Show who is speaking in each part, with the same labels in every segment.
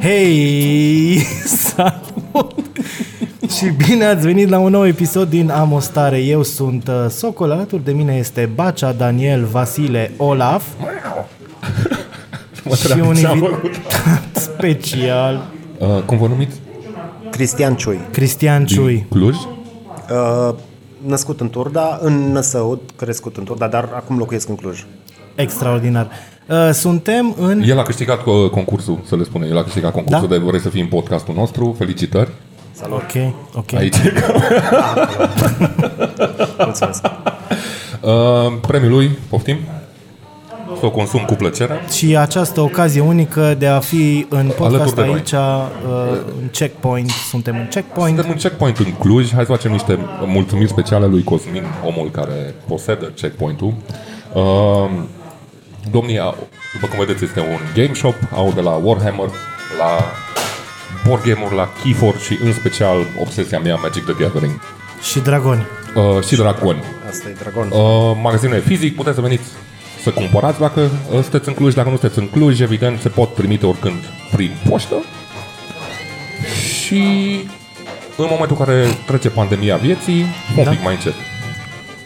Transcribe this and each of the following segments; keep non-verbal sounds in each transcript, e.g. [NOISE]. Speaker 1: Hei! [LAUGHS] Salut! și bine ați venit la un nou episod din Amostare. Eu sunt uh, Socol, alături de mine este Bacea, Daniel, Vasile, Olaf
Speaker 2: Mă
Speaker 1: și
Speaker 2: trag,
Speaker 1: un
Speaker 2: ce-am
Speaker 1: invitat [LAUGHS] special,
Speaker 2: Uh, cum vă numiți?
Speaker 3: Cristian Ciui,
Speaker 1: Cristian Ciui.
Speaker 2: Cluj?
Speaker 3: uh, născut în Turda, în Năsăud, crescut în Turda, dar acum locuiesc în Cluj.
Speaker 1: Extraordinar. Uh, Suntem în...
Speaker 2: El a câștigat uh, concursul, să le spunem. El a câștigat concursul,
Speaker 1: Da?
Speaker 2: da? dar vrei să fii în podcastul nostru. Felicitări.
Speaker 1: Ok, ok.
Speaker 2: Aici.
Speaker 3: Mulțumesc.
Speaker 2: Uh, premiul lui, poftim. Să o consum cu plăcere.
Speaker 1: Și această ocazie unică de a fi în podcast
Speaker 2: Alături de noi.
Speaker 1: aici, uh, în Checkpoint, suntem în Checkpoint.
Speaker 2: Suntem un checkpoint în Cluj. Hai să facem niște mulțumiri speciale lui Cosmin, omul care posedă checkpoint-ul. Uh, domnii, au- după cum vedeți, este un game shop. Au de la Warhammer, la board game-uri, la Keyforge și în special obsesia mea Magic the Gathering.
Speaker 1: Și Dragoni.
Speaker 2: Uh, și draconi.
Speaker 3: Asta e dragon.
Speaker 2: Uh, magazinul e fizic, puteți să veniți să cumpărați dacă uh, sunteți în Cluj, dacă nu sunteți în Cluj, evident se pot trimite oricând prin poștă și în momentul în care trece pandemia vieții, un
Speaker 1: Da.
Speaker 2: pic mai încet.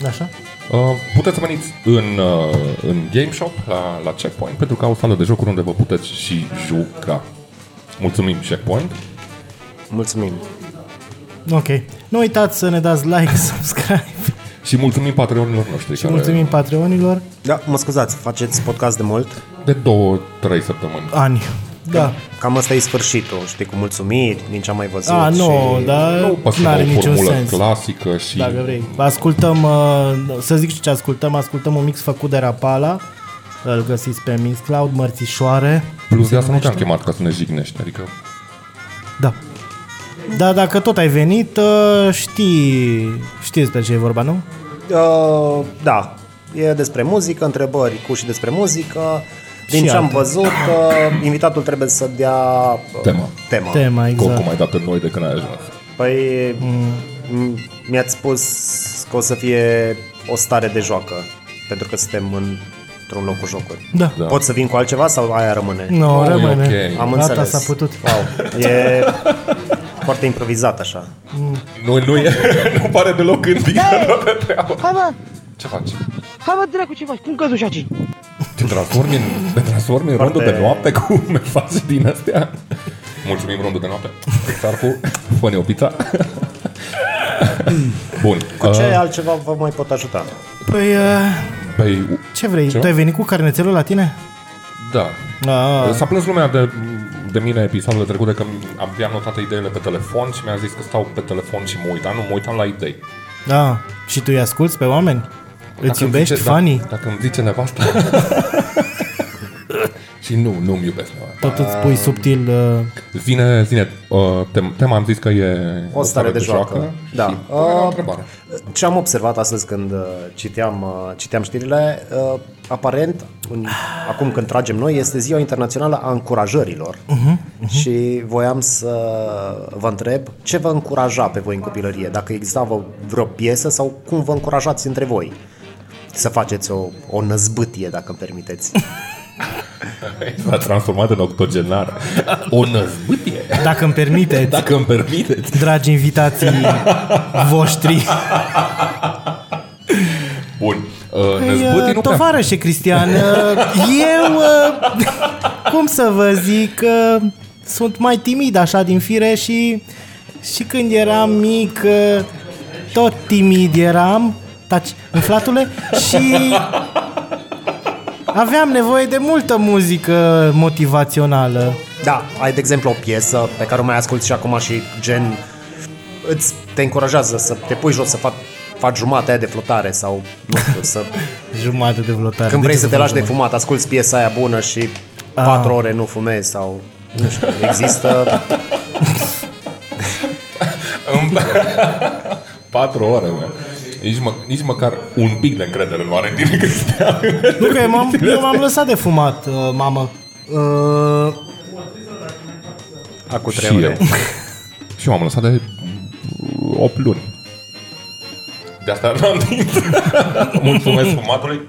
Speaker 1: Așa?
Speaker 2: Uh, puteți să veniți în, uh, în Game Shop la, la Checkpoint pentru că au sală de jocuri unde vă puteți și juca. Mulțumim Checkpoint.
Speaker 3: Mulțumim.
Speaker 1: Ok. Nu uitați să ne dați like, [LAUGHS] subscribe
Speaker 2: Și mulțumim patronilor noștri.
Speaker 1: și mulțumim patreonilor.
Speaker 3: Da, mă scuzați, faceți podcast de mult?
Speaker 2: De două, trei săptămâni.
Speaker 1: Ani. Da.
Speaker 3: Cam asta e sfârșitul, știi, cu mulțumiri din ce am mai văzut.
Speaker 1: A, nu, da.
Speaker 3: și...
Speaker 1: dar
Speaker 2: Nu poți
Speaker 1: nu
Speaker 2: să
Speaker 1: are
Speaker 2: o
Speaker 1: niciun
Speaker 2: formulă
Speaker 1: sens.
Speaker 2: clasică și
Speaker 1: Dacă vrei. Ascultăm, uh, să zic și ce ascultăm, ascultăm un mix făcut de Rapala, îl găsiți pe Mixcloud, Mărțișoare.
Speaker 2: Plus de asta nu te-am chemat ca să ne jignești, adică...
Speaker 1: Da. Da, dacă tot ai venit, uh, știi, știi despre ce e vorba, nu?
Speaker 3: Uh, da, e despre muzică, întrebări cu și despre muzică. Din
Speaker 1: Și
Speaker 3: ce am
Speaker 1: alte.
Speaker 3: văzut, uh, invitatul trebuie să dea uh,
Speaker 2: Tema.
Speaker 3: tema.
Speaker 1: Tema,
Speaker 2: Exact.
Speaker 1: exact.
Speaker 2: Oricum ai dat în noi de când ai ajuns.
Speaker 3: Păi
Speaker 1: Mm.
Speaker 3: m- mi-ați spus că o să fie o stare de joacă, pentru că suntem într-un loc cu jocuri.
Speaker 1: Da.
Speaker 2: Da.
Speaker 3: Pot să vin cu altceva sau aia rămâne?
Speaker 1: Nu, no,
Speaker 2: Oh, e
Speaker 1: rămâne.
Speaker 2: ok.
Speaker 3: Am
Speaker 1: Gata,
Speaker 3: înțeles.
Speaker 1: s-a putut.
Speaker 3: Wow. E foarte improvizat așa.
Speaker 2: Nu, nu, e, [LAUGHS] nu pare deloc gândit pe treabă.
Speaker 4: Hai mă,
Speaker 2: Ce faci?
Speaker 4: hai mă dracu ce faci, cum căzuși aici?
Speaker 2: Te transformi în, te transformi în rondul de noapte [LAUGHS] cu mesaje din astea? Mulțumim rondul de noapte. Sarcu, fă o pizza. Bun. Uh,
Speaker 3: Cu ce altceva vă mai pot ajuta?
Speaker 1: Păi, uh,
Speaker 2: Păi, u-
Speaker 1: ce vrei?
Speaker 2: Ceva?
Speaker 1: Tu ai venit cu carnețelul la tine?
Speaker 2: da.
Speaker 1: Ah,
Speaker 2: S-a plâns lumea de, de mine episoadele trecute că am mi-am notat ideile pe telefon și mi-a zis că stau pe telefon și mă uitam, nu mă uitam la idei.
Speaker 1: da. Și tu îi asculți pe oameni? Îți
Speaker 2: Dacă îmi
Speaker 1: iubești
Speaker 2: zice, da.
Speaker 1: fanii?
Speaker 2: Dacă, dacă îmi zice nevasta... [LAUGHS] și nu, nu-mi iubesc nevasta.
Speaker 1: Tot îți
Speaker 2: Ah.
Speaker 1: pui subtil... Uh,
Speaker 2: Zine, zine, uh, tem- tema am zis că e
Speaker 3: O stare de joacă. Da.
Speaker 2: Și, uh, întrebare. [LAUGHS]
Speaker 3: Ce am observat astăzi când uh, citeam, uh, citeam știrile, uh, aparent, în, acum când tragem noi, este ziua internațională a încurajărilor. Uh-huh, uh-huh. Și voiam să vă întreb ce vă încuraja pe voi în copilărie, dacă exista vă vreo piesă sau cum vă încurajați între voi să faceți o, o năzbâtie, dacă îmi permiteți.
Speaker 2: S-a transformat în octogenar. O năzbâtie.
Speaker 1: dacă îmi
Speaker 2: [LAUGHS]
Speaker 1: permiteți,
Speaker 2: Dacă îmi permiteți.
Speaker 1: dragi invitații voștri.
Speaker 2: [LAUGHS] Bun. Uh, năzbâtie
Speaker 1: Păi,
Speaker 2: nu
Speaker 1: uh,
Speaker 2: prea.
Speaker 1: tovarășe Cristian, uh, eu, uh, [LAUGHS] cum să vă zic, uh, sunt mai timid așa din fire și, și când eram mic, uh, tot timid eram, taci, înflatule,
Speaker 2: [LAUGHS]
Speaker 1: și aveam nevoie de multă muzică motivațională.
Speaker 3: Da, ai de exemplu o piesă pe care o mai asculti și acum și gen îți te încurajează să te pui jos să faci faci jumătate aia de flotare sau nu știu, să,
Speaker 1: Jumate de vlotare.
Speaker 3: când
Speaker 1: De
Speaker 3: vrei
Speaker 1: ce
Speaker 3: să te lași de
Speaker 1: faci
Speaker 3: fumat, asculti piesa aia bună și
Speaker 1: Ah.
Speaker 3: patru ore nu fumezi sau nu știu,
Speaker 1: [LAUGHS]
Speaker 3: există
Speaker 2: Patru ore, mă. Nici, mă, nici măcar un pic de încredere nu are în tine, Cristian.
Speaker 1: Nu că eu m-am, eu m-am lăsat de fumat, uh, mamă. Uh,
Speaker 3: acum trei
Speaker 2: Și eu.
Speaker 3: ore.
Speaker 2: [LAUGHS] Și eu am lăsat de 8 luni. De asta n-am zis. Mulțumesc fumatului.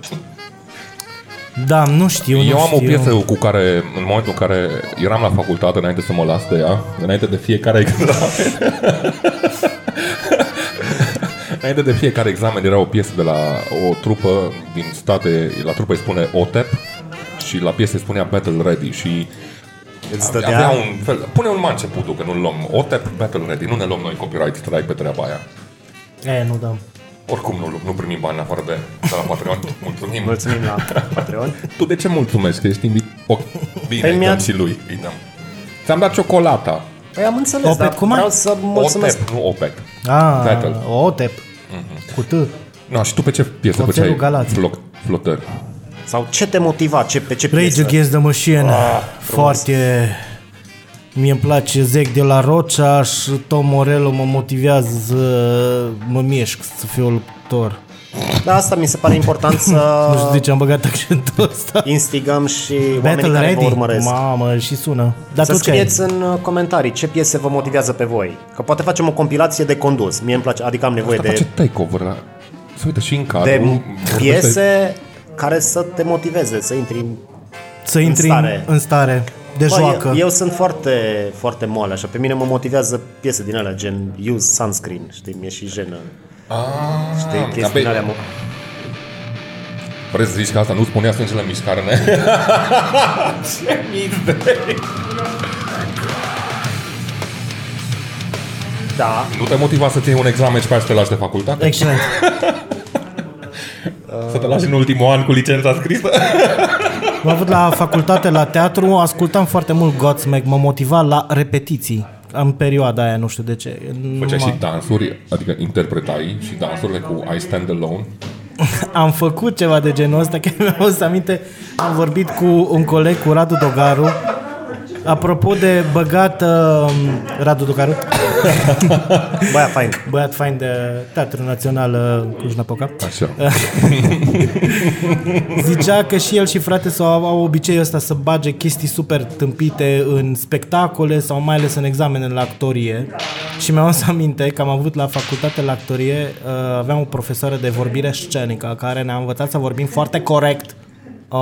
Speaker 1: Da, nu știu, nu
Speaker 2: Eu am
Speaker 1: știu.
Speaker 2: o piesă cu care, în momentul în care eram la facultate, înainte să mă las de ea, înainte de fiecare examen, [LAUGHS] înainte de fiecare examen era o piesă de la o trupă din state, la trupă îi spune OTEP și la piesă îi spunea Battle Ready și
Speaker 3: Îți
Speaker 2: avea
Speaker 3: dădea...
Speaker 2: un fel, pune un mance putu că nu-l luăm, OTEP Battle Ready, nu ne luăm noi copyright strike pe treaba aia.
Speaker 1: E, nu dăm.
Speaker 2: Oricum nu, nu primim bani în afară de, de la Patreon. Mulțumim.
Speaker 3: Mulțumim la Patreon.
Speaker 2: Tu de ce mulțumesc? Că ești invitat. O, bine,
Speaker 3: Păi
Speaker 2: îi
Speaker 3: mi-a-
Speaker 2: dăm și lui. Îi dăm. Ți-am dat ciocolata.
Speaker 3: Păi am înțeles,
Speaker 1: Opet,
Speaker 3: dar
Speaker 1: cum ai?
Speaker 3: vreau să mulțumesc.
Speaker 2: OPEP, nu OPEC.
Speaker 1: Ah,
Speaker 2: Title.
Speaker 1: OTEP.
Speaker 3: Mhm.
Speaker 1: Cu T.
Speaker 2: No, și tu pe ce piesă
Speaker 1: Oțelul
Speaker 2: făceai
Speaker 1: Galați.
Speaker 2: floc, flotări?
Speaker 3: Păi Sau ce te motiva, ce, pe ce
Speaker 1: Rage
Speaker 3: piesă? Ah,
Speaker 1: Against the Machine. Foarte... Mie îmi place Zec de la Rocha și Tom Morello mă motivează să mă mișc, să fiu luptor.
Speaker 3: Da, asta mi se pare
Speaker 1: [CLEARS THROAT]
Speaker 3: important să
Speaker 1: [LAUGHS] Nu știu de ce am băgat accentul ăsta.
Speaker 3: instigăm și oamenii
Speaker 1: Battle
Speaker 3: care vă
Speaker 1: Ready?
Speaker 3: urmăresc.
Speaker 1: Mamă, și sună. Dar
Speaker 3: Să
Speaker 1: tu ce ai?
Speaker 3: scrieți în uh, comentarii ce piese vă motivează pe voi. Că poate facem o compilație de condus. Mie îmi place, adică am nevoie
Speaker 2: Dar face
Speaker 3: de,
Speaker 2: takeover la... Să uite și în cadru.
Speaker 3: de
Speaker 2: vorbește-
Speaker 3: piese care să te motiveze, să intri în...
Speaker 1: Să intri în stare,
Speaker 3: stare.
Speaker 1: în stare de
Speaker 3: Bă,
Speaker 1: joacă.
Speaker 3: eu, eu sunt foarte, foarte moale, așa. Pe mine mă motivează piese din alea, gen Use Sunscreen, știi? Mi-e și jenă.
Speaker 2: Ah,
Speaker 3: Știi,
Speaker 2: dar
Speaker 3: chestii
Speaker 2: pe-
Speaker 3: din alea. mă-
Speaker 2: Vrei să zici că asta nu spunea sângele în mișcare, ne? [LAUGHS] ce mizdei!
Speaker 3: Da,
Speaker 2: Nu te motiva să-ți iei un examen și pe aia să te lași de facultate?
Speaker 1: Excelent.
Speaker 2: Să te lași în ultimul an cu licența scrisă?
Speaker 1: Am avut la facultate, la teatru, ascultam foarte mult Godsmack, mă motiva la repetiții în perioada aia, nu știu de ce.
Speaker 2: Făceai
Speaker 1: Numai-
Speaker 2: și dansuri, adică interpretai și dansurile cu I Stand Alone.
Speaker 1: Am făcut ceva de genul ăsta, chiar mi-am adus aminte, am vorbit cu un coleg, cu Radu Dogaru, apropo de băgat uh, Radu Dogaru,
Speaker 3: băia, fain.
Speaker 1: băiat fain de Teatrul Național uh, Cluj-Napoca,
Speaker 2: Așa.
Speaker 1: zicea că și el și frate sau au, au obiceiul ăsta să bage chestii super tâmpite în spectacole sau mai ales în examene la actorie. Și mi-am adus aminte că am avut la facultate la actorie, uh, aveam o profesoară de vorbire scenică care ne-a învățat să vorbim foarte corect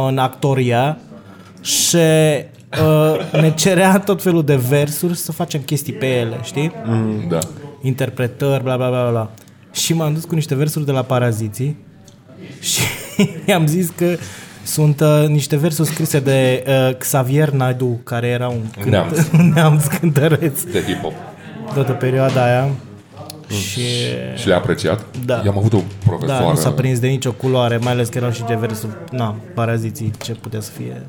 Speaker 1: în actoria și uh, ne cerea tot felul de versuri să facem chestii pe ele, știi?
Speaker 2: Da.
Speaker 1: interpretări, bla bla bla bla. Și m-am dus cu niște versuri de la Paraziții și [LAUGHS] i-am zis că sunt uh, niște versuri scrise de uh, Xavier Naidu, care era un, cânt-
Speaker 2: Neamț.
Speaker 1: [LAUGHS] un neamț cântăreț
Speaker 2: De hip-hop.
Speaker 1: toată perioada aia. Și
Speaker 2: Și le-a apreciat?
Speaker 1: Da.
Speaker 2: I-am avut o
Speaker 1: da,
Speaker 2: profesoară.
Speaker 1: nu s-a prins de nicio culoare, mai ales că erau și de versuri, na, Paraziții, ce putea să fie.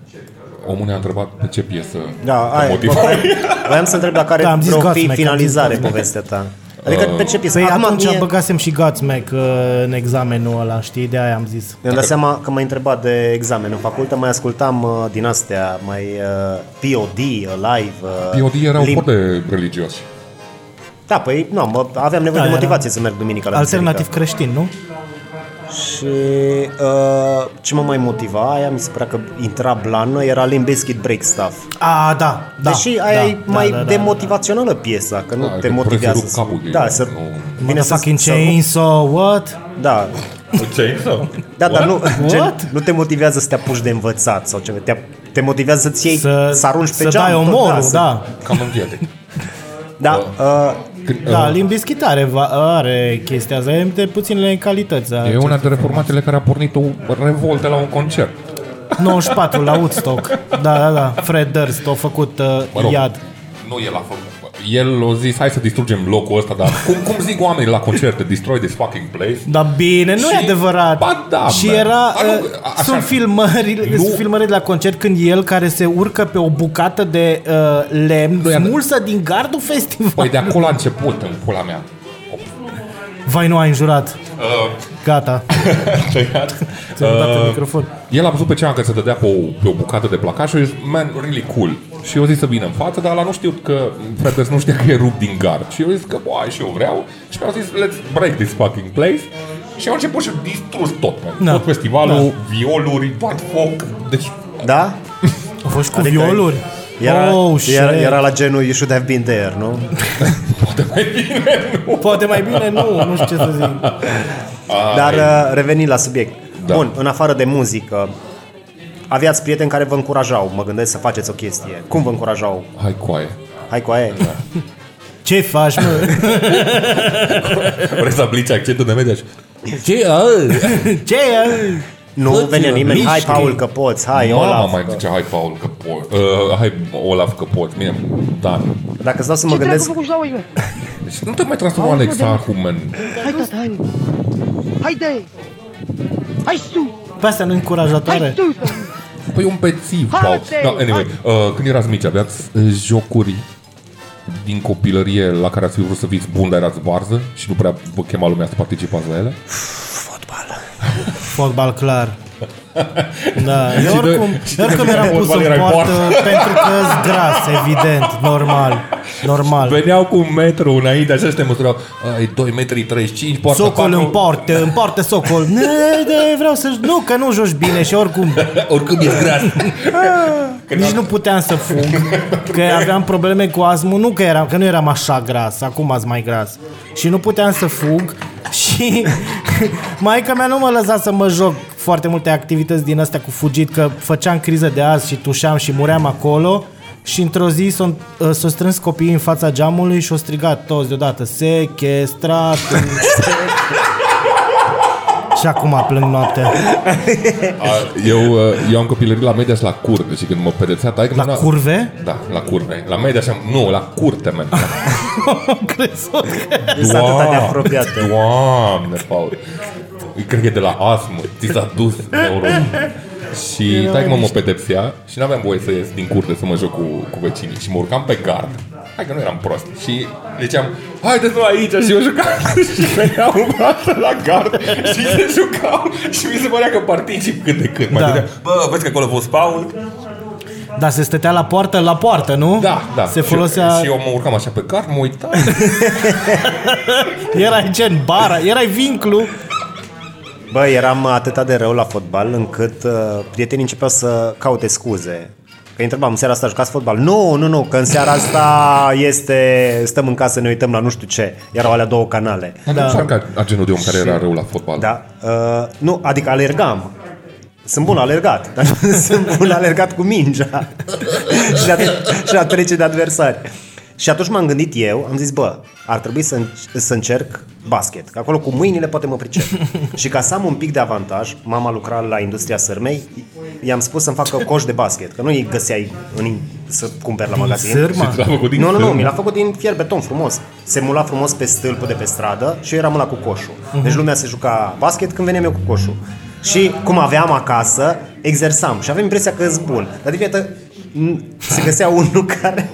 Speaker 2: Omul ne-a întrebat pe ce piesă
Speaker 3: Da,
Speaker 2: te
Speaker 3: aia, e, bă,
Speaker 2: motiva.
Speaker 3: voiam- voiam să întreb dacă are
Speaker 1: Da, am zis
Speaker 3: vreo fi
Speaker 1: Godsmack, am
Speaker 3: finalizare
Speaker 1: zis Godsmack.
Speaker 3: povestea ta. Adică pe ce piesă?
Speaker 1: Păi
Speaker 3: Acum
Speaker 1: atunci
Speaker 3: mie-
Speaker 1: băgasem și Godsmack uh, în examenul ăla, știi, de aia am zis.
Speaker 3: Mi-am dat seama că m-a întrebat de examen în facultă, mai ascultam uh, din astea, mai uh, POD, Alive. Uh,
Speaker 2: POD erau
Speaker 3: Limp-
Speaker 2: foarte religioși.
Speaker 3: Da, păi nu, mă, aveam nevoie
Speaker 1: Da,
Speaker 3: de
Speaker 1: era-
Speaker 3: motivație să merg duminica la
Speaker 1: Alternativ
Speaker 3: biserică.
Speaker 1: creștin, nu?
Speaker 3: Și uh, ce mă mai motiva, aia mi se părea că intra blană, era Limp Bizkit Break Stuff.
Speaker 1: A, da, da.
Speaker 3: Da, Deși aia
Speaker 1: da,
Speaker 3: e mai demotivațională piesa, că nu
Speaker 2: Da,
Speaker 3: te
Speaker 2: că
Speaker 3: motivează.
Speaker 2: trebuie să rup capul,
Speaker 3: da,
Speaker 2: e-
Speaker 3: să...
Speaker 2: nu-
Speaker 1: Vine fucking
Speaker 3: să-
Speaker 1: chainsaw, what?
Speaker 3: Da,
Speaker 2: Ce
Speaker 3: Da, dar nu, gen,
Speaker 1: What?
Speaker 3: nu te motivează să te apuci de învățat sau ceva. Te, te motivează să-ți iei,
Speaker 1: Să,
Speaker 3: să, să arunci pe
Speaker 1: să
Speaker 3: geam.
Speaker 1: dai
Speaker 3: tot,
Speaker 1: omorul,
Speaker 3: să-
Speaker 1: da.
Speaker 2: Cam înghietic.
Speaker 3: Da, uh,
Speaker 2: Când,
Speaker 1: Da,
Speaker 2: uh,
Speaker 1: Limbiskit are, va- are chestia asta, e de puținele calități. da. a-
Speaker 2: E una dintre reformatele care a pornit o revoltă la un concert.
Speaker 1: 94 la Woodstock. Da, da, da. Fred Durst a făcut uh,
Speaker 2: Mă rog,
Speaker 1: iad.
Speaker 2: Nu el a făcut. bă. El a zis, hai să distrugem locul ăsta, dar cum, cum zic oamenii la concerte, destroy this fucking place?
Speaker 1: Dar bine, nu
Speaker 2: Și-
Speaker 1: e adevărat.
Speaker 2: Ba da,
Speaker 1: și
Speaker 2: man.
Speaker 1: era
Speaker 2: Ba nu,
Speaker 1: uh,
Speaker 2: a- așa-
Speaker 1: sunt filmări,
Speaker 2: Nu.
Speaker 1: sunt filmări de la concert când el care se urcă pe o bucată de uh, lemn,
Speaker 2: Nu e adevărat.
Speaker 1: smulsă din gardul festival.
Speaker 2: Păi de acolo a început în pula mea.
Speaker 1: Vai, nu ai înjurat. Uh, Gata.
Speaker 2: Uh,
Speaker 1: Ți-am dat în microfon.
Speaker 2: El a văzut pe cea că se dădea pe o, pe o bucată de placat și a zis, man, really cool. Și eu zis să vină în față, dar la nu știu că Fredes nu știa că e rupt din gard. Și eu zis că, bă, și eu vreau. Și mi-au zis, let's break this fucking place. Și au început și au distrus tot, man.
Speaker 1: Da.
Speaker 2: Tot festivalul, violuri, bat foc. Deci,
Speaker 3: da?
Speaker 1: Au fost cu
Speaker 3: Adică
Speaker 1: violuri.
Speaker 3: Era,
Speaker 1: oh,
Speaker 3: era,
Speaker 1: shit.
Speaker 3: era la genul You should have been there, nu?
Speaker 1: Poate mai bine nu, nu știu ce să zic.
Speaker 3: Dar uh, revenind la subiect.
Speaker 2: Da.
Speaker 3: Bun, în afară de muzică, aveați prieteni care vă încurajau, mă gândesc să faceți o chestie. Cum vă încurajau?
Speaker 2: Hai
Speaker 1: [LAUGHS]
Speaker 2: coaie.
Speaker 3: Hai cu aia.
Speaker 1: Ce faci, mă?
Speaker 2: Vrei să aplici accentul de media și...
Speaker 5: Ce? A,
Speaker 1: [LAUGHS]
Speaker 4: ă?
Speaker 1: Ce e?
Speaker 3: Nu
Speaker 5: Bă,
Speaker 3: venea
Speaker 5: ți-l
Speaker 3: nimeni. Hai,
Speaker 5: mișcă.
Speaker 3: Paul, că poți. Hai,
Speaker 2: Mama
Speaker 3: Olaf.
Speaker 2: mai zice, hai Paul că pot. Uh, hai Olaf că pot. Mie, da.
Speaker 3: Dacă stau să mă
Speaker 4: Ce dracu
Speaker 3: gândesc,
Speaker 4: făcut și la oile?
Speaker 2: Deci nu te mai transforma
Speaker 4: Auzi,
Speaker 2: Alex
Speaker 4: mă, de-
Speaker 2: acum, man.
Speaker 4: Hai, tata, hai. Hai, dă Hai, tu!
Speaker 1: Pe astea nu încurajatoare.
Speaker 4: Hai, tu!
Speaker 2: Păi un pețiv,
Speaker 4: Hai,
Speaker 2: Paul.
Speaker 4: Matei,
Speaker 2: Da, anyway, uh, când erați mici, aveați uh, jocuri din copilărie la care ați fi vrut să fiți bun, dar erați varză și nu prea vă chema lumea să participați la ele?
Speaker 1: Fotbal, clar. Da, eu
Speaker 2: Și de-
Speaker 1: oricum,
Speaker 2: și de
Speaker 1: eu oricum
Speaker 2: la
Speaker 1: eram pus
Speaker 2: fotbal
Speaker 1: în
Speaker 2: erai
Speaker 1: poartă [LAUGHS] pentru că sunt gras, evident, normal. Normal.
Speaker 2: Veneau cu un metru înainte, așa și te măsurau. Ai 2 metri 35, poartă
Speaker 1: Socol
Speaker 2: patru.
Speaker 1: în poartă, în poartă socol. Ne, de, vreau să nu, că nu joci bine și oricum
Speaker 2: Oricum e Da, [LAUGHS] gras.
Speaker 1: nici nu puteam să fum, că aveam probleme cu astmul, nu că eram, că nu eram așa gras, acum ați mai gras. Și nu puteam să fug [LAUGHS] și maica mea nu mă lăsa să mă joc foarte multe activități din astea cu fugit, că făceam criză de azi și tușeam și muream acolo. Și într-o zi s-au s-o strâns copiii în fața geamului și au strigat toți deodată, [LAUGHS] sequestrat. și acum plâng noaptea. [LAUGHS]
Speaker 2: eu, uh, eu am copilărit la media și la curve și când mă pedețea taică...
Speaker 1: La curve?
Speaker 2: Da, la curve. La media și am... Nu, la curte, man.
Speaker 1: Am crezut că...
Speaker 3: sunt atât de
Speaker 2: Doamne,
Speaker 3: apropiate.
Speaker 2: Doamne, Paul. Cred că e de la astmă. Ți s-a dus neuronul. Și tai mă mă pedepsea și n-aveam voie să ies din curte să mă joc cu, cu vecinii. Și mă urcam pe gard. Hai că nu eram prost. Și ziceam, haideți nu aici și eu jucam. [LAUGHS] și veneam în față la gard și se jucau. Și mi se părea că particip cât de cât. Mai
Speaker 1: Da.
Speaker 2: da. Bă, vezi că acolo a fost Paul?
Speaker 1: Da, se stătea la poartă, la poartă, nu?
Speaker 2: Da, da.
Speaker 1: Se folosea...
Speaker 2: Și, și eu mă urcam așa pe gard, mă uitam.
Speaker 1: Erai gen bara, erai vinclu. [LAUGHS]
Speaker 3: bă, eram atâta de rău la fotbal încât uh, prietenii începeau să caute scuze. Că îi întrebam, în seara asta jucați fotbal? Nu, nu, nu, că în seara asta este, stăm în casă, ne uităm la nu știu ce. Erau alea două canale.
Speaker 2: Da. Nu că a genul de om care era rău la fotbal.
Speaker 3: Da. Uh, nu, adică alergam. Sunt bun alergat, [LAUGHS] dar sunt bun alergat cu mingea [LAUGHS] și, a, și a trece de adversari. Și atunci m-am gândit eu, am zis, bă, ar trebui să, înc- să încerc basket, că acolo cu mâinile poate mă
Speaker 2: [LAUGHS]
Speaker 3: pricep. și ca să am un pic de avantaj, mama lucra la industria sârmei, i-am spus să-mi facă coș de basket, că nu îi găseai în, să cumperi la magazin.
Speaker 1: Sârma.
Speaker 2: Ți l-a făcut din
Speaker 3: Nu, nu, nu,
Speaker 2: film?
Speaker 3: mi l-a făcut din fier beton frumos. Se mula frumos pe stâlpul de pe stradă și eu eram la cu coșul.
Speaker 1: Mhm.
Speaker 3: Deci lumea se juca basket când veneam eu cu coșul. Și cum aveam acasă, exersam și aveam impresia că îți bun. Dar de fiecare dată n- se găsea [LAUGHS] unul care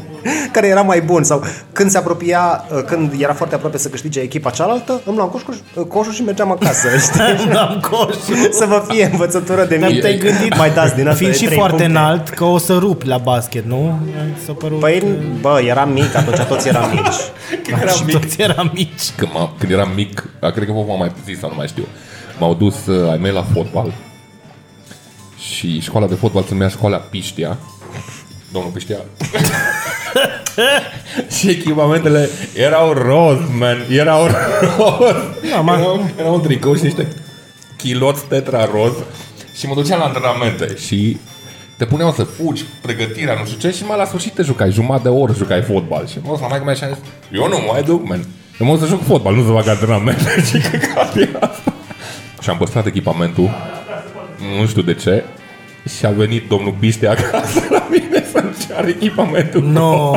Speaker 3: care era mai bun sau când se apropia, uh, când era foarte aproape să câștige echipa cealaltă, îmi luam coșul, coșul și mergeam acasă, [LAUGHS]
Speaker 1: [LAUGHS]
Speaker 3: știi?
Speaker 1: Am coșul.
Speaker 3: Să vă fie învățătură de
Speaker 1: Dar
Speaker 3: mine.
Speaker 1: te-ai gândit,
Speaker 3: mai dați din asta
Speaker 1: Fiind
Speaker 3: de
Speaker 1: și
Speaker 3: trei
Speaker 1: foarte
Speaker 3: puncte.
Speaker 1: înalt, că o să rupi la basket, nu? S-a părut...
Speaker 3: Păi, bă, eram mic, atunci toți eram
Speaker 1: [LAUGHS]
Speaker 3: mici.
Speaker 2: Când eram
Speaker 1: și
Speaker 2: mic.
Speaker 1: toți eram mici.
Speaker 2: Când, m-a, când eram mic, a, cred că v-am mai zis sau nu mai știu, m-au dus uh, ai mei la fotbal și școala de fotbal se numea școala Piștia. Domnul Piștia. [LAUGHS] și echipamentele erau roz, man. Erau roz.
Speaker 1: Da, mă.
Speaker 2: erau, erau un tricou și niște chiloți tetra roz și mă duceam la antrenamente și te puneau să fugi, pregătirea, nu știu ce, și mai la sfârșit te jucai, jumătate de oră jucai fotbal. Și mă dus la maică mea și am zis, eu nu mă mai duc, man. Eu mă duc să joc fotbal, nu să fac antrenamente. [LAUGHS] și că asta. Și am păstrat echipamentul, nu știu de ce, și a venit domnul Biște acasă la mine să-mi ceară echipamentul.
Speaker 1: No.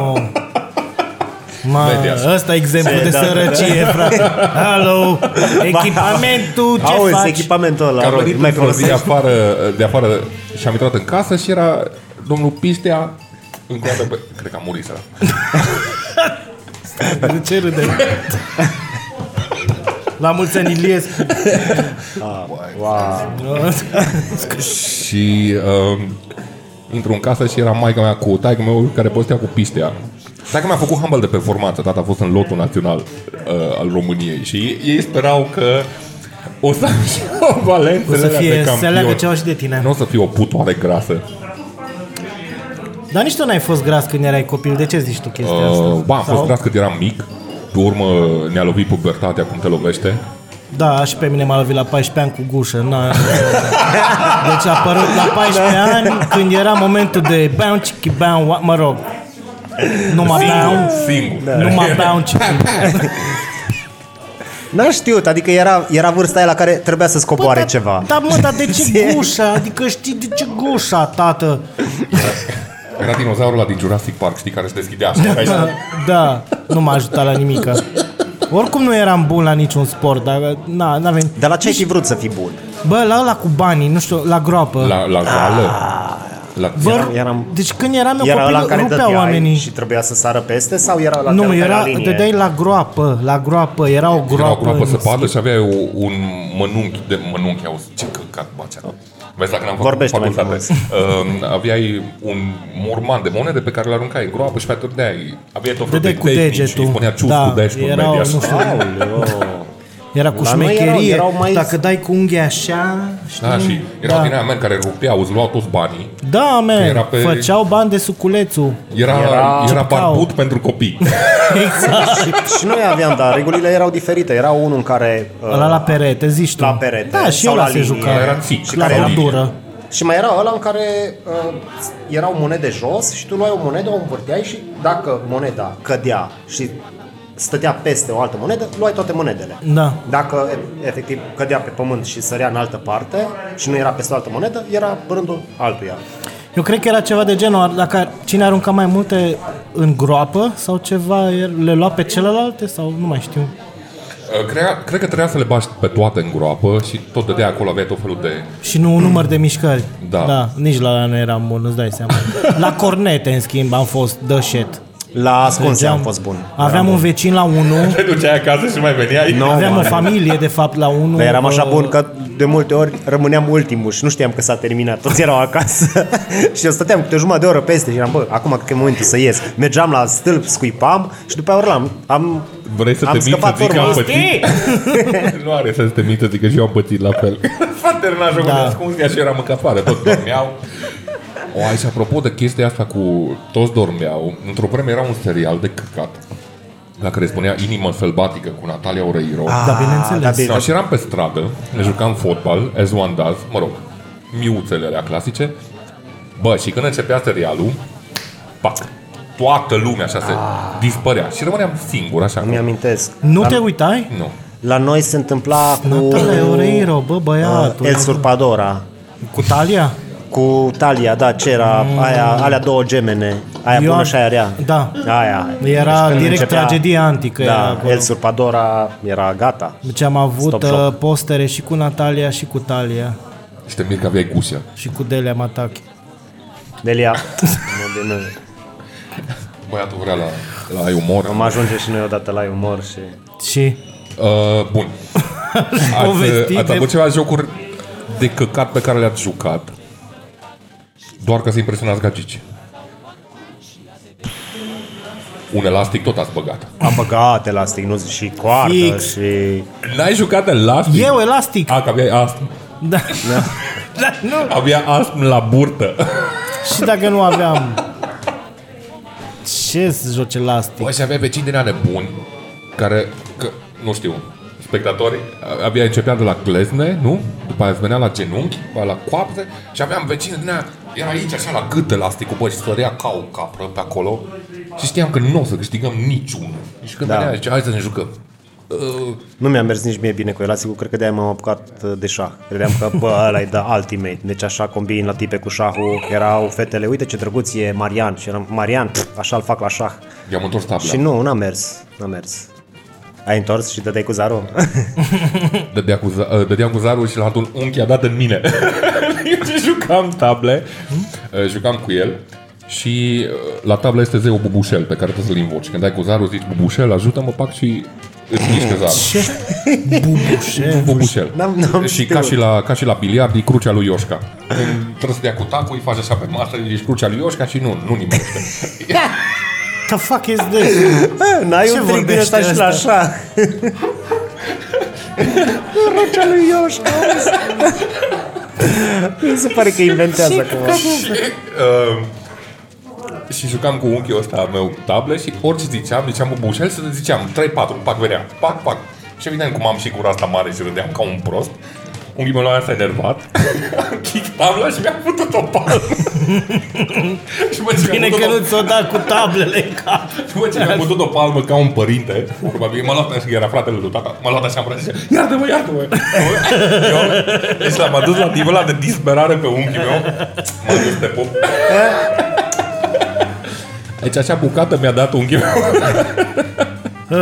Speaker 1: Ma,
Speaker 2: Vedeți.
Speaker 1: ăsta e exemplu
Speaker 3: Se,
Speaker 1: de
Speaker 3: da,
Speaker 1: sărăcie, frate.
Speaker 3: [LAUGHS]
Speaker 1: Halo, echipamentul, ce
Speaker 3: Auzi,
Speaker 1: faci?
Speaker 3: echipamentul ăla,
Speaker 2: Că am
Speaker 3: rog,
Speaker 2: venit
Speaker 3: mai
Speaker 2: într-o zi
Speaker 3: folosești.
Speaker 2: afară, de afară și am intrat în casă și era domnul Pistea încă pe... Cred că a murit sărat.
Speaker 1: De ce râde? La mulți ani, Iliescu.
Speaker 3: Ah,
Speaker 1: [LAUGHS]
Speaker 3: Wow.
Speaker 2: Și um, intru în casă și era maica mea cu taică meu care postea cu pistea. Dacă mi-a făcut handbal de performanță, tata a fost în lotul național uh, al României și ei, ei sperau că o să am și [LAUGHS] o valență
Speaker 1: O să fie,
Speaker 2: de
Speaker 1: se
Speaker 2: campion.
Speaker 1: aleagă ceva și de tine.
Speaker 2: Nu o să fiu o putoare grasă.
Speaker 1: Dar nici tu n-ai fost gras când erai copil, de ce zici tu chestia asta?
Speaker 2: Uh, ba, am
Speaker 1: Sau-
Speaker 2: fost gras cât eram mic, pe urmă ne-a lovit pubertatea cum te lovește
Speaker 1: Da, și pe mine m-a lovit la 14 ani cu gușă. Na. Deci a apărut la 14
Speaker 2: Da.
Speaker 1: ani când era momentul de bounce, chichi, bounce, mă rog. Nu mă
Speaker 2: Singur,
Speaker 1: bounce,
Speaker 2: singur.
Speaker 1: nu mă
Speaker 2: Da.
Speaker 1: bounce.
Speaker 3: N-am știut, adică era, era vârsta aia la care trebuia să-ți coboare ceva.
Speaker 1: Da, mă, dar de ce
Speaker 3: Se-
Speaker 1: gușa? Adică știi de ce gușa, tată?
Speaker 2: Era dinozaurul ăla din Jurassic Park, știi, care se deschidea așa.
Speaker 1: Da,
Speaker 2: aici.
Speaker 1: da, nu m-a ajutat la nimic. Oricum nu eram bun la niciun sport, dar na, n-a venit.
Speaker 3: Dar la ce ai fi vrut să fii bun?
Speaker 1: Bă, la ăla cu banii, nu știu, la groapă.
Speaker 2: La, la jală. La
Speaker 1: Bă,
Speaker 2: era-
Speaker 3: eram-
Speaker 1: deci când eram eu
Speaker 3: Era ăla în
Speaker 1: copil,
Speaker 3: care
Speaker 1: rupeau
Speaker 3: dădeai
Speaker 1: oamenii.
Speaker 3: și trebuia să sară peste sau era la
Speaker 1: Nu,
Speaker 3: era,
Speaker 1: era,
Speaker 3: la linie?
Speaker 1: dădeai la groapă, la groapă, era o groapă.
Speaker 2: Era o groapă
Speaker 1: în
Speaker 2: să padă
Speaker 1: schi-
Speaker 2: și avea o- un mănunchi de mănunchi, auzi, ce căcat bacea. Vezi, dacă n-am făcut
Speaker 3: Vorbește mai
Speaker 2: facultate. Uh, aveai un morman de monede pe care îl aruncai în groapă și pe atunci dai. Aveai tot felul de
Speaker 1: Dădeai cu
Speaker 2: tehnici și îi
Speaker 1: degetul.
Speaker 2: spunea cius
Speaker 1: Da,
Speaker 2: cu dești în
Speaker 1: era,
Speaker 2: media.
Speaker 1: nu
Speaker 2: așa.
Speaker 1: știu, era cu
Speaker 3: La noi erau-
Speaker 1: șmecherie.
Speaker 3: erau mai-
Speaker 1: Dacă dai cu unghia așa, știi?
Speaker 2: Da, și erau
Speaker 1: Da.
Speaker 2: din aia men care rupeau, îți luau toți banii.
Speaker 1: Da, man,
Speaker 2: Era pe-
Speaker 1: făceau bani de suculețul.
Speaker 2: Era,
Speaker 3: Era-
Speaker 2: era, era
Speaker 1: Cipcau.
Speaker 2: barbut pentru copii. [LAUGHS]
Speaker 1: Exact.
Speaker 3: Și noi aveam, dar regulile erau diferite. Era unul în care... uh,
Speaker 1: Ăla la perete, zici tu.
Speaker 3: La perete
Speaker 1: Da, și
Speaker 3: sau
Speaker 1: ăla
Speaker 3: la
Speaker 1: se
Speaker 3: linie.
Speaker 1: juca.
Speaker 2: Era fix.
Speaker 1: La
Speaker 2: Sau linie.
Speaker 1: bordură.
Speaker 3: Și mai era ăla în care uh, erau monede jos și tu luai o monedă, o învârteai și dacă moneda cădea și stătea peste o altă monedă, luai toate monedele.
Speaker 1: Da.
Speaker 3: Dacă e- efectiv cădea pe pământ și sărea în altă parte și nu era peste o altă monedă, era rândul altuia.
Speaker 1: Eu cred că era ceva de genul, ar- dacă cine arunca mai multe în groapă sau ceva, el- le lua pe celelalte sau nu mai știu.
Speaker 2: Crea, cred că trebuia să le bași pe toate în groapă și tot dădea acolo, avea tot felul de...
Speaker 1: Și nu un număr de mișcări.
Speaker 2: Da.
Speaker 1: da. Nici la ăla nu eram bun, îți dai seama. La cornete, în schimb, am fost the shit.
Speaker 3: La ascunse am
Speaker 1: Dădeam-
Speaker 3: fost bun.
Speaker 1: Aveam un vecin la 1,
Speaker 2: Te duceai acasă și mai veneai.
Speaker 3: No,
Speaker 1: aveam o
Speaker 3: mare.
Speaker 1: familie, de fapt, la uh, 1.
Speaker 3: Dar eram așa bun că de multe ori rămâneam ultimul și nu știam că s-a terminat, toți erau acasă [LAUGHS] și eu stăteam câte o jumătate de oră peste și eram, bă, acum că e momentul să ies. Mergeam la stâlp, scuipam și după aia urlam. Am,
Speaker 2: Vrei să
Speaker 3: am
Speaker 2: te minți să
Speaker 3: scăpat
Speaker 2: zic că
Speaker 3: urmă.
Speaker 2: am pățit? [LAUGHS] nu are sens să te minți să zic că și eu am pățit la [LAUGHS] fel. S-a terminat jocul
Speaker 1: Da.
Speaker 2: de ascunzia și eram în cafară, tot dormeau. O, ai, și apropo de chestia asta cu toți dormeau, într-o vreme era un serial de căcat la care spunea Inima sălbatică cu Natalia Oreiro.
Speaker 1: Da, bineînțeles.
Speaker 3: da, bine.
Speaker 2: Da, și eram pe stradă, ne jucam fotbal, as one does, mă rog, miuțele alea clasice. Bă, și când începea serialul, pac, toată lumea așa se
Speaker 3: Ah.
Speaker 2: dispărea și rămâneam singur așa.
Speaker 3: Îmi amintesc.
Speaker 1: Nu
Speaker 3: la,
Speaker 1: te uitai?
Speaker 2: Nu.
Speaker 3: la noi se întâmpla cu
Speaker 1: Natalia Oreiro, bă,
Speaker 3: uh,
Speaker 1: băiatul.
Speaker 3: El Surpadora.
Speaker 1: Cu talia?
Speaker 3: Cu Talia, da, ce era, aia, alea două gemene, aia
Speaker 1: Eu
Speaker 3: bună
Speaker 1: am-
Speaker 3: și aia rea.
Speaker 1: Da.
Speaker 3: Aia.
Speaker 1: Era
Speaker 3: Când
Speaker 1: direct
Speaker 3: începea-
Speaker 1: tragedie antică. era
Speaker 3: Da,
Speaker 1: acolo.
Speaker 3: El Surpadora era gata.
Speaker 1: Deci am avut
Speaker 3: Stop
Speaker 1: uh,
Speaker 3: joc.
Speaker 1: postere și cu Natalia și cu Talia
Speaker 2: Și te mir că aveai gușă.
Speaker 1: și cu Delia Matache.
Speaker 3: Delia, nu, bine,
Speaker 2: Băiatul vrea la, la ai umor.
Speaker 3: Am ajunge și noi odată la umor și...
Speaker 1: Și
Speaker 2: Uh, bun. ați,
Speaker 1: Povestit
Speaker 2: ați
Speaker 1: de-
Speaker 2: avut ceva jocuri de căcat pe care le-ați jucat? Doar ca să impresionați gagici. Un elastic tot ați băgat.
Speaker 3: Am băgat elastic, nu și coartă
Speaker 1: Fix.
Speaker 3: și...
Speaker 2: N-ai jucat elastic?
Speaker 1: eu elastic. [LAUGHS]
Speaker 2: A, că aveai astm.
Speaker 1: Da. da. nu.
Speaker 2: Avea astm la burtă.
Speaker 1: Și dacă nu aveam ce să joci elastic?
Speaker 2: Bă, și avea vecini din ea nebuni, care, că, nu știu, spectatorii, a- abia începea de la glezne, nu? După aia venea la genunchi, după aia la coapte și aveam vecini din ea, era aici așa la gât elasticul, bă, și sărea ca o capră pe acolo. Și știam că nu o să câștigăm niciunul. Și când
Speaker 3: Da.
Speaker 2: da. venea, zicea, hai să ne jucăm. Uh,
Speaker 3: Nu mi-a mers nici mie bine cu elasticul, cred că de-aia m-am apucat uh, de șah. Credeam că, bă, ăla e de ultimate. Deci așa combin la tipe cu șahul, erau fetele, uite ce drăguț e Marian. Și eram, Marian, pf, așa-l fac la șah.
Speaker 2: I-am întors tabla.
Speaker 3: Și nu, n-a mers, n-a mers. Ai întors și dădeai cu zarul?
Speaker 2: Dădea cu, za- uh, dădeam cu zarul și la altul unchi a dat în mine. [LAUGHS] Eu ce jucam table, uh, jucam cu el și uh, la tablă este zeul bubușel pe care trebuie să-l invoci. Când ai cu zarul zici bubușel, ajută-mă, pac și îți mișcă zarul.
Speaker 1: Ce? Bubușe.
Speaker 2: Bubușel.
Speaker 3: N-am- n-am
Speaker 2: și
Speaker 3: știut.
Speaker 2: ca și, la, ca și la biliard e crucea lui Ioșca. Când trebuie să dea cu tacul, îi faci așa pe masă, ești crucea lui Ioșca și nu, nu nimeni.
Speaker 1: The fuck is
Speaker 2: [LAUGHS]
Speaker 1: this?
Speaker 3: N-ai
Speaker 1: Ce
Speaker 3: un trick din
Speaker 1: vorbește
Speaker 3: ăsta și la
Speaker 1: ăsta?
Speaker 3: șah. Rocea lui Ioș, Mi se pare că inventează acum.
Speaker 2: Uh, și jucam cu unchiul ăsta al meu table și orice ziceam, ziceam bubușel, să ziceam 3-4, pac venea, pac, pac. Și evident, cum am și gura asta mare și râdeam ca un prost, un ghimolan s-a enervat, [LAUGHS] a închis tabla și mi-a putut o palmă. [LAUGHS] și mă, ce
Speaker 1: Bine
Speaker 2: mi-a
Speaker 1: că
Speaker 2: putut o-
Speaker 1: nu ți-o da cu tablele în cap.
Speaker 2: [LAUGHS] Bă, ce mi-a putut o palmă ca un părinte, probabil m-a luat așa, era fratele lui tata, m-a luat așa în brațe și zicea, iartă-mă, iartă-mă. [LAUGHS] Eu, deci l-am adus la nivelul ăla de disperare pe unchiul meu, m-a dus de pup. Deci așa bucată mi-a dat unchiul meu.
Speaker 1: Uh,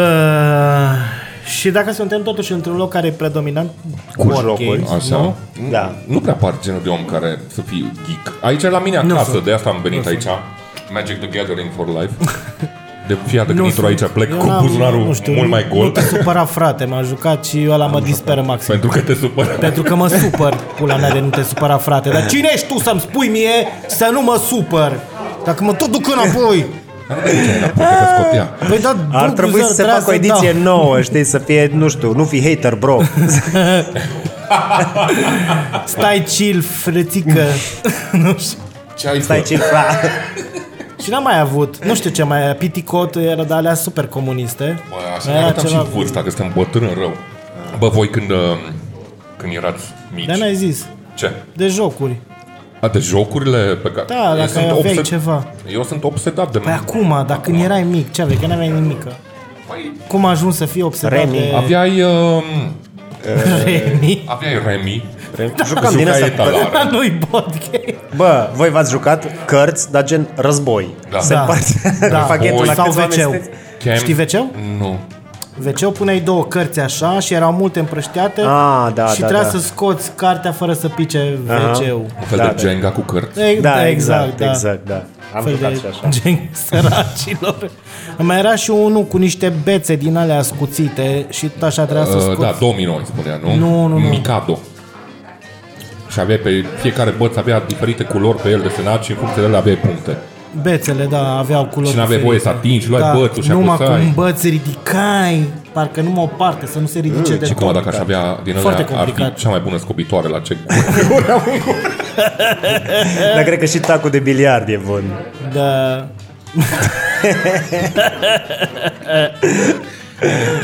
Speaker 1: și dacă suntem totuși într-un loc care e predominant
Speaker 3: Cu
Speaker 1: board
Speaker 3: jocuri.
Speaker 1: games,
Speaker 2: Așa.
Speaker 1: nu?
Speaker 3: Da.
Speaker 2: Păi, Nu prea par genul de om care să fiu geek. Aici la mine
Speaker 1: Nu
Speaker 2: acasă,
Speaker 1: sunt.
Speaker 2: de asta am venit aici. Magic the Gathering for Life. De fiată când intru aici,
Speaker 1: sunt.
Speaker 2: plec
Speaker 1: Eu
Speaker 2: cu
Speaker 1: n-am-
Speaker 2: buzunarul
Speaker 1: nu știu,
Speaker 2: mult mai
Speaker 1: Nu
Speaker 2: gol. Păi-
Speaker 1: te supăra, frate, m-am jucat și ăla mă disperă maxim.
Speaker 2: Pentru că te supără.
Speaker 1: Pentru că mă supăr, pula mea de nu te supăra, frate. Dar cine ești tu să-mi spui mie să nu mă supăr? Dacă mă tot duc înapoi. Păi da,
Speaker 3: Ar
Speaker 1: du-
Speaker 3: trebui să se
Speaker 1: trebuia
Speaker 3: facă o ediție
Speaker 1: dau.
Speaker 3: nouă, știi, să fie, nu știu, nu fi hater, bro.
Speaker 1: Stai chill, frățică. nu știu.
Speaker 2: Ce ai
Speaker 3: Stai
Speaker 2: făcut?
Speaker 3: chill, fra.
Speaker 1: Și n-am mai avut, nu știu ce mai era, Piticot era de alea super comuniste.
Speaker 2: Bă, așa ne arătăm și vârsta, că suntem bătrâni rău. Bă, voi când, uh, când erați mici,
Speaker 1: Dar Da, n-ai zis,
Speaker 2: ce?
Speaker 1: de jocuri.
Speaker 2: A, de jocurile pe care...
Speaker 1: Da, dacă aveai ceva.
Speaker 2: Eu sunt obsedat de...
Speaker 1: Păi acum, dacă când erai mic, ce aveai, că n-aveai nimic.
Speaker 2: Păi,
Speaker 1: Cum ajungi să fii obsedat
Speaker 3: Remi.
Speaker 1: de
Speaker 2: aveai... Uh,
Speaker 1: Remi?
Speaker 2: aveai Remy.
Speaker 3: Jucam din
Speaker 2: Jucai
Speaker 3: asta.
Speaker 1: [LAUGHS]
Speaker 2: etalare.
Speaker 1: nu-i board game.
Speaker 3: Bă, voi v-ați jucat cărți, dar gen război.
Speaker 2: Da.
Speaker 3: Se
Speaker 2: Da.
Speaker 3: împarte
Speaker 1: Da.
Speaker 3: pachetul la
Speaker 1: Sau
Speaker 3: câți oameni
Speaker 1: WC-ul.
Speaker 3: sunteți?
Speaker 2: Chem-
Speaker 1: Știi wc
Speaker 2: Nu.
Speaker 1: wc puneai două cărți așa și erau multe împrăștiate
Speaker 3: Ah, da,
Speaker 1: și
Speaker 3: da,
Speaker 1: trebuia
Speaker 3: da.
Speaker 1: să scoți cartea fără să pice wc
Speaker 2: Un fel
Speaker 3: Da,
Speaker 2: de
Speaker 3: da.
Speaker 2: Jenga cu cărți.
Speaker 3: Da, exact, exact, da. Am
Speaker 1: Fel
Speaker 3: jucat
Speaker 1: de
Speaker 3: și așa.
Speaker 1: gen [LAUGHS] săracilor. Mai era și unul cu niște bețe din alea ascuțite și tot așa trebuia să
Speaker 2: Uh,
Speaker 1: scoți.
Speaker 2: da, domino îi spunea, nu?
Speaker 1: Nu, nu, nu.
Speaker 2: Mikado. Și aveai pe fiecare băț avea diferite culori pe el desenat și în funcție de ele aveai puncte.
Speaker 1: Bețele, da, aveau culori Da,
Speaker 2: Și n-aveai voie să atingi, luai bățul și
Speaker 1: Numai
Speaker 2: apăsai.
Speaker 1: cum băți ridicai, parcă numai o parte, să nu se ridice de
Speaker 2: Mm, Și cum
Speaker 1: tot.
Speaker 2: dacă aș avea din
Speaker 1: Foarte
Speaker 2: alea, ar fi
Speaker 1: complicat.
Speaker 2: cea mai bună scobitoare la ce
Speaker 1: [LAUGHS]
Speaker 3: Dar cred că și tacul de biliard e bun.
Speaker 1: Da.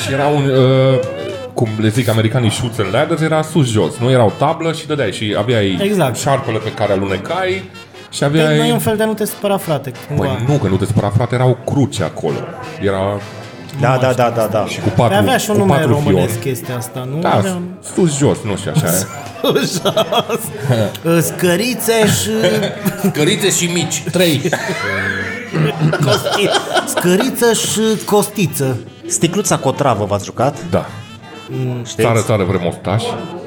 Speaker 2: Și era un, uh, cum le zic americanii, shoots and ladders, era sus-jos. Nu era o tablă și dădeai și aveai
Speaker 1: Exact.
Speaker 2: șarpele pe care alunecai și
Speaker 1: Păi nu e un
Speaker 2: aveai...
Speaker 1: fel de a nu te supăra, frate, cumva.
Speaker 2: Păi nu, că nu te spăra, frate, era o cruce acolo. Era
Speaker 3: Da, da, da, da, da.
Speaker 2: și cu patru,
Speaker 1: Păi avea și un
Speaker 2: cu
Speaker 1: nume
Speaker 2: patru
Speaker 1: românesc
Speaker 2: fiori.
Speaker 1: chestia asta, nu?
Speaker 2: Da,
Speaker 1: Avea un- [LAUGHS]
Speaker 2: sus-jos, nu știu așa. eh? [LAUGHS]
Speaker 1: Jos. Scărițe și...
Speaker 2: [LAUGHS] Cărițe și mici, trei.
Speaker 1: Costi... Scăriță și costiță.
Speaker 3: Sticluța cotravă v-ați jucat?
Speaker 2: Da.
Speaker 3: Știți?
Speaker 2: Țară, țară, vrem ostaș.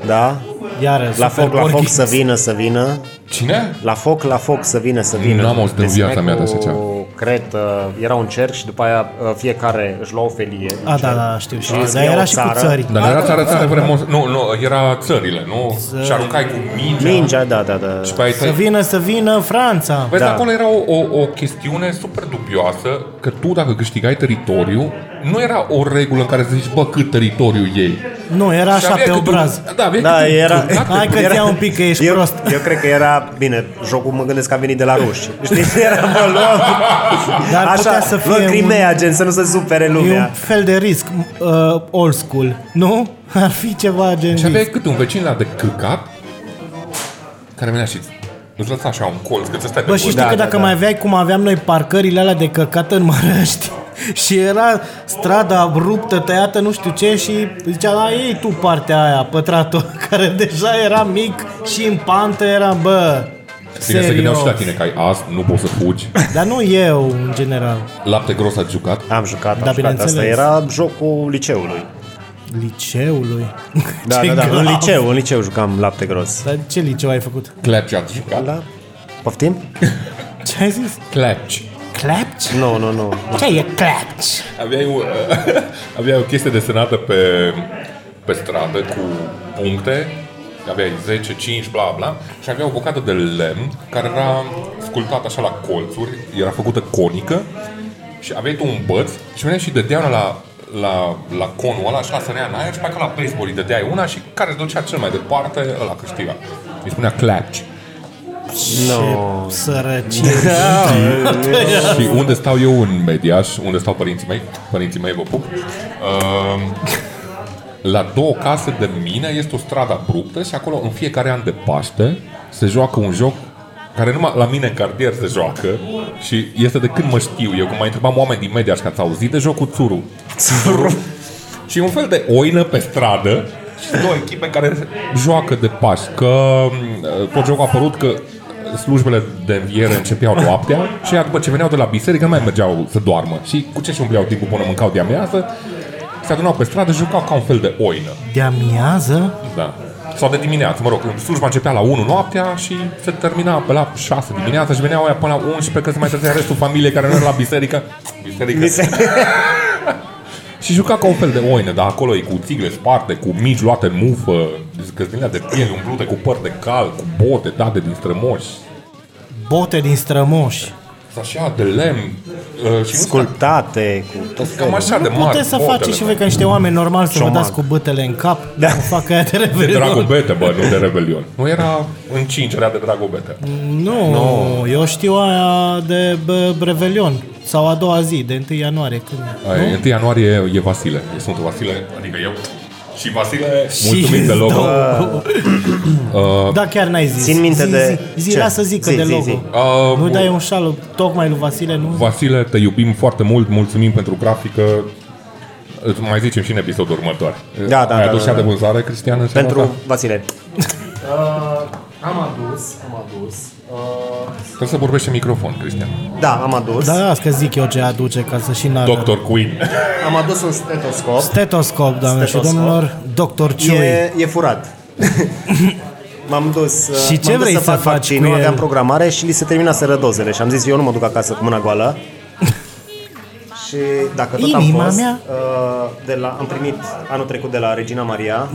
Speaker 3: Da?
Speaker 1: Iară,
Speaker 3: La
Speaker 1: super
Speaker 3: foc, la foc
Speaker 1: porky.
Speaker 3: să vină, să vină.
Speaker 2: Cine?
Speaker 3: La foc, la foc să vină, să vină.
Speaker 2: Nu am auzit în
Speaker 3: Deci
Speaker 2: viața mea de
Speaker 3: Smecu,
Speaker 2: așa ceva.
Speaker 3: Cred, uh, era un cerc și după aia uh, fiecare își lua o felie. din
Speaker 1: A, da,
Speaker 3: cerc.
Speaker 1: da, știu. Și,
Speaker 3: Și îți
Speaker 1: dar
Speaker 3: ia
Speaker 1: era
Speaker 3: o
Speaker 1: și cu
Speaker 3: țară.
Speaker 1: țări.
Speaker 2: Dar nu era
Speaker 1: da.
Speaker 2: țară, țară, vrem ostaș. Nu, nu, era țările, nu? Și aruncai cu mingea.
Speaker 3: Mingea, da, da, da.
Speaker 2: Și pe aia
Speaker 1: Să
Speaker 2: tăi-
Speaker 1: vină, să vină Franța.
Speaker 2: Vezi,
Speaker 3: Da.
Speaker 2: da. acolo era o, o, o chestiune super dubioasă, că tu dacă câștigai teritoriu, nu era o regulă în care să zici, bă, cât teritoriu iei.
Speaker 1: Nu, era
Speaker 2: Și
Speaker 1: așa
Speaker 2: aveai
Speaker 1: pe
Speaker 2: câte un-
Speaker 1: obraz.
Speaker 2: Da, aveai
Speaker 3: Da,
Speaker 2: câte un
Speaker 3: era...
Speaker 2: ciudat de-
Speaker 1: Hai că te iau un pic, că ești
Speaker 3: eu,
Speaker 1: prost.
Speaker 3: Eu cred că era, bine, jocul mă gândesc că a venit de la
Speaker 1: [LAUGHS]
Speaker 3: ruși. Știi, era bă, luăm,
Speaker 1: Dar
Speaker 3: așa,
Speaker 1: putea să fie
Speaker 3: luăm
Speaker 1: un-
Speaker 3: Crimea, gen, să nu se supere
Speaker 1: E un
Speaker 3: lumea.
Speaker 1: fel de risc uh, old school, nu? [LAUGHS] Ar fi ceva gen
Speaker 2: Și
Speaker 1: risc.
Speaker 2: aveai câte un vecin la de căcat, care venea și îți lăsa așa un colț, că ți stai pe
Speaker 1: Bă, și
Speaker 2: gură.
Speaker 1: știi
Speaker 3: Da,
Speaker 1: da, că
Speaker 3: da,
Speaker 1: dacă
Speaker 3: da.
Speaker 1: mai aveai cum aveam noi parcările alea de căcat în Mărăști [LAUGHS] și era strada ruptă, tăiată, nu știu ce și zicea, da, ei tu partea aia, pătratul, [LAUGHS] care deja era mic și în pantă era, bă,
Speaker 2: Bine, se gândeau
Speaker 1: serios.
Speaker 2: și la tine că ai ast, nu poți să fugi.
Speaker 1: Dar nu eu, în general,
Speaker 2: Lapte gros a jucat.
Speaker 3: Am
Speaker 1: Da,
Speaker 3: jucat, am jucat. Asta
Speaker 1: bineînțeles.
Speaker 3: era jocul liceului.
Speaker 1: liceului.
Speaker 3: Da,
Speaker 1: Ce
Speaker 3: da, da, în
Speaker 1: grav.
Speaker 3: liceu, în liceu jucam lapte gros.
Speaker 1: Dar ce liceu ai făcut?
Speaker 2: Clapci a jucat.
Speaker 3: Da? Poftim?
Speaker 1: Ce ai zis?
Speaker 2: Clapci.
Speaker 1: Clapci?
Speaker 3: Nu, nu, nu.
Speaker 1: Ce e clapci?
Speaker 2: Aveai o, [LAUGHS] aveai o chestie desenată pe, pe stradă cu puncte, aveai 10, 5, bla bla, și avea o bucată de lemn care era sculptată așa la colțuri, era făcută conică și aveai tu un băț și venea și dădeai una la, la, la conul ăla și la sărea în aer și pe aia ca la baseball îi dădeai una și care îți ducea cel mai departe, ăla câștiga. Îi spunea clapci.
Speaker 3: Nu. [LAUGHS]
Speaker 1: Sărăcie.
Speaker 2: [LAUGHS] Și unde stau eu în mediaș, unde stau părinții mei, părinții mei vă pup, uh, Ehm, la două case de mine este o stradă abruptă și acolo în fiecare an de Paște se joacă un joc care numai la mine în cartier se joacă și este de când mă știu eu, că mai întrebam oameni din media și că ați auzit de jocul Țuru. Țuru. și e un fel de oină pe stradă și două echipe care joacă de pași. Că uh, tot jocul a apărut că slujbele de înviere începeau noaptea și ea, după ce veneau de la biserică nu mai mergeau să doarmă. Și cu ce și umpleau timpul până mâncau de amiază, se adunau pe stradă și jucau ca un fel de oină.
Speaker 1: De amiază?
Speaker 2: Da. Sau de dimineață, mă rog, când slujba începea la 1 noaptea și se termina pe la 6 dimineața și veneau aia până la 11 că se mai trezea restul familiei care nu era la biserică. Biserică. și juca ca un fel de oină, dar acolo e cu țigle sparte, cu mici luate în mufă, căzdinile de piele umplute cu păr de cal, cu bote date din strămoși,
Speaker 1: Bote din strămoși.
Speaker 2: așa de lemn. uh, Și nu
Speaker 3: Sculptate cu tot
Speaker 2: Cam
Speaker 3: felul.
Speaker 2: așa de mari.
Speaker 1: Puteți să
Speaker 2: botele,
Speaker 1: faceți și
Speaker 2: mă.
Speaker 1: voi ca niște oameni normali să vă
Speaker 3: Șoman.
Speaker 1: dați cu bătele în cap,
Speaker 3: [LAUGHS]
Speaker 1: da. să facă aia de
Speaker 2: De
Speaker 1: revelion.
Speaker 2: dragobete, bă, nu de rebelion. Nu era încingerea de dragobete.
Speaker 1: Nu, no. eu știu aia de bă, Revelion sau a doua zi, de 1 ianuarie. Când,
Speaker 2: Aia,
Speaker 1: nu?
Speaker 2: 1 ianuarie e Vasile. E Sfântul Vasile, adică eu. Și Vasile,
Speaker 1: Și-
Speaker 2: mulțumim de logo.
Speaker 1: Da. Da, chiar n-ai zis.
Speaker 3: Uh, Țin minte
Speaker 1: zi,
Speaker 3: de-
Speaker 1: Zi, zi
Speaker 3: ce?
Speaker 1: lasă zică
Speaker 3: Zi,
Speaker 1: de
Speaker 3: zi,
Speaker 1: logo.
Speaker 3: zi.
Speaker 2: Uh,
Speaker 1: nu
Speaker 2: bun.
Speaker 1: dai un șal tocmai lui Vasile, nu?
Speaker 2: Vasile, te iubim foarte mult, mulțumim pentru grafică. Îți mai zicem și în episodul următor.
Speaker 3: Da, da,
Speaker 2: Ai
Speaker 3: da,
Speaker 2: adus
Speaker 3: da,
Speaker 2: și
Speaker 3: da.
Speaker 2: de vânzare, Cristian? în seara
Speaker 1: Da.
Speaker 3: Pentru
Speaker 2: asta?
Speaker 3: Vasile. am adus, am adus.
Speaker 2: Trebuie să vorbești în microfon, Cristian.
Speaker 3: da, am adus.
Speaker 1: Da, las că zic eu ce aduce ca să și n
Speaker 2: Doctor Queen.
Speaker 3: Am adus un stetoscop.
Speaker 1: Stetoscop, doamne și
Speaker 3: Stetoscop.
Speaker 1: domnilor, Dr. Ciui.
Speaker 3: E, e
Speaker 1: [LAUGHS]
Speaker 3: furat. M-am dus, uh,
Speaker 1: Și
Speaker 3: m-am
Speaker 1: ce
Speaker 3: dus
Speaker 1: vrei
Speaker 3: să
Speaker 1: să
Speaker 3: fac
Speaker 1: faci
Speaker 3: vaccin,
Speaker 1: cu
Speaker 3: nu
Speaker 1: el?
Speaker 3: aveam programare și li se terminase rădozele și am zis eu nu mă duc acasă cu mâna goală. și dacă tot
Speaker 1: Inima
Speaker 3: am fost,
Speaker 1: mea.
Speaker 3: Uh, de la, am primit anul trecut de la Regina
Speaker 1: [LAUGHS]
Speaker 3: Maria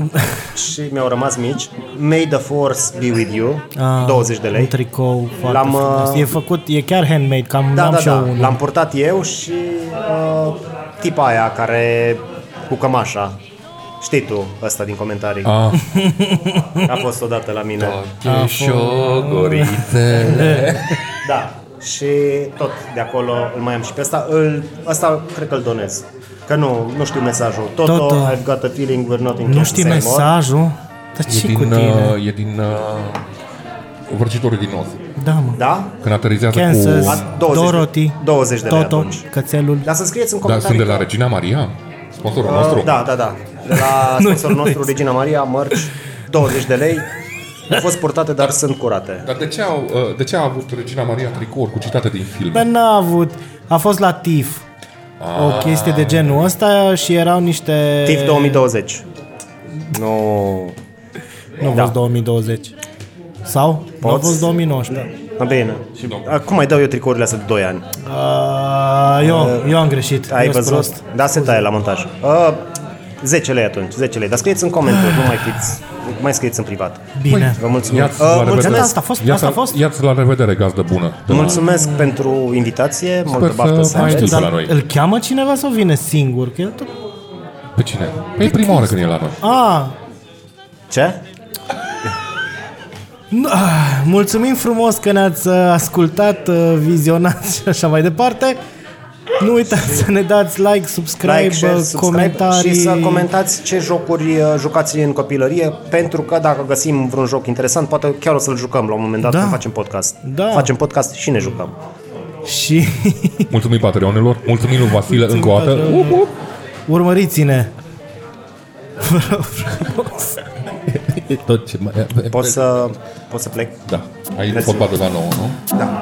Speaker 3: și mi-au rămas mici. May the force be with you,
Speaker 1: Ah,
Speaker 3: 20 de
Speaker 1: Un
Speaker 3: lei.
Speaker 1: tricou foarte
Speaker 3: L-am,
Speaker 1: frumos.
Speaker 3: uh,
Speaker 1: E făcut, e chiar handmade, cam
Speaker 3: Da,
Speaker 1: am
Speaker 3: da,
Speaker 1: și
Speaker 3: da,
Speaker 1: eu unul.
Speaker 3: l-am purtat eu și uh, tipa aia care cu cămașa. Știi tu ăsta din comentarii.
Speaker 2: Ah.
Speaker 3: [LAUGHS]
Speaker 2: Da.
Speaker 3: A fost odată la mine.
Speaker 2: Șogorițele.
Speaker 3: Da. Și tot de acolo îl mai am și pe asta. Îl, asta cred că îl donez. Că nu, nu știu mesajul. Toto,
Speaker 1: Toto.
Speaker 3: I've got a feeling we're not in
Speaker 1: Nu știi mesajul? Dar
Speaker 2: E
Speaker 1: ce cu
Speaker 2: din,
Speaker 1: tine?
Speaker 2: uh, e din uh, vrăcitorul din os.
Speaker 1: Da, mă.
Speaker 3: Da?
Speaker 2: Când aterizează
Speaker 1: Kansas,
Speaker 2: cu... Da,
Speaker 3: A, 20 de-
Speaker 1: Dorothy,
Speaker 3: 20 de lei
Speaker 1: Toto,
Speaker 3: atunci.
Speaker 1: cățelul.
Speaker 3: Dar să scrieți în
Speaker 2: Da, sunt
Speaker 3: comentarii.
Speaker 2: de la Regina Maria, sponsorul
Speaker 3: Uh,
Speaker 2: nostru.
Speaker 3: Da, da, da. De la
Speaker 1: Nu,
Speaker 3: sponsorul
Speaker 1: nu
Speaker 3: nostru, Regina Maria, mărci, 20 de lei. Au fost purtate, dar sunt curate.
Speaker 2: Dar de ce, au, uh, de ce a avut Regina Maria tricouri cu citate din
Speaker 1: Bă,
Speaker 2: filme?
Speaker 1: n-a avut. A fost la TIF.
Speaker 2: Ah.
Speaker 1: O chestie de genul ăsta și erau niște...
Speaker 3: TIF 2020. Nu...
Speaker 1: Nu a
Speaker 3: Da.
Speaker 1: fost 2020. Sau? Nu a
Speaker 3: Poți?
Speaker 1: fost 2019.
Speaker 3: Da, Bine. Și Acum mai dau eu tricourile astea de 2 ani.
Speaker 1: Uh, eu, eu am greșit.
Speaker 3: Ai
Speaker 1: Eu sunt
Speaker 3: văzut?
Speaker 1: prost.
Speaker 3: Da, se taie la montaj. Uh, 10 lei atunci, 10 lei. Dar scrieți în comentarii, nu mai fiți, mai scrieți în privat.
Speaker 1: Bine.
Speaker 3: Vă mulțumesc.
Speaker 2: Ia-ți
Speaker 3: Uh,
Speaker 2: la revedere.
Speaker 3: mulțumesc
Speaker 1: Asta a fost?
Speaker 2: Ia-ți-
Speaker 1: Asta a fost?
Speaker 2: Ia-ți la revedere, gazdă bună. De la-
Speaker 3: mulțumesc pentru invitație, multă
Speaker 2: să
Speaker 3: baftă să
Speaker 2: mai
Speaker 3: aveți.
Speaker 2: știi.
Speaker 1: Dar
Speaker 2: la noi.
Speaker 1: Îl cheamă cineva sau vine singur? Că eu tot... Ah,
Speaker 2: Pe cine? Păi e prima oară când e la noi.
Speaker 1: A,
Speaker 3: Ce?
Speaker 1: nu- ah, mulțumim frumos că ne-ați uh, ascultat, uh, vizionat și așa mai departe. Nu uitați să ne dați like, subscribe,
Speaker 3: Like, share,
Speaker 1: uh,
Speaker 3: subscribe
Speaker 1: comentarii.
Speaker 3: și să comentați ce jocuri uh, jucați în copilărie, pentru că dacă găsim vreun joc interesant, poate chiar o să-l jucăm la un moment dat
Speaker 1: Da.
Speaker 3: când facem podcast.
Speaker 1: Da.
Speaker 3: Facem podcast și ne jucăm.
Speaker 1: și
Speaker 2: Mulțumim patreonilor, mulțumim lui Vasile încă o dată.
Speaker 1: patreonilor.
Speaker 2: Up, up.
Speaker 1: urmăriți-ne.
Speaker 2: E tot ce mai...
Speaker 3: Pot să, pot să plec?
Speaker 2: Da. Ai fotbal de la 9, nu?
Speaker 3: Da.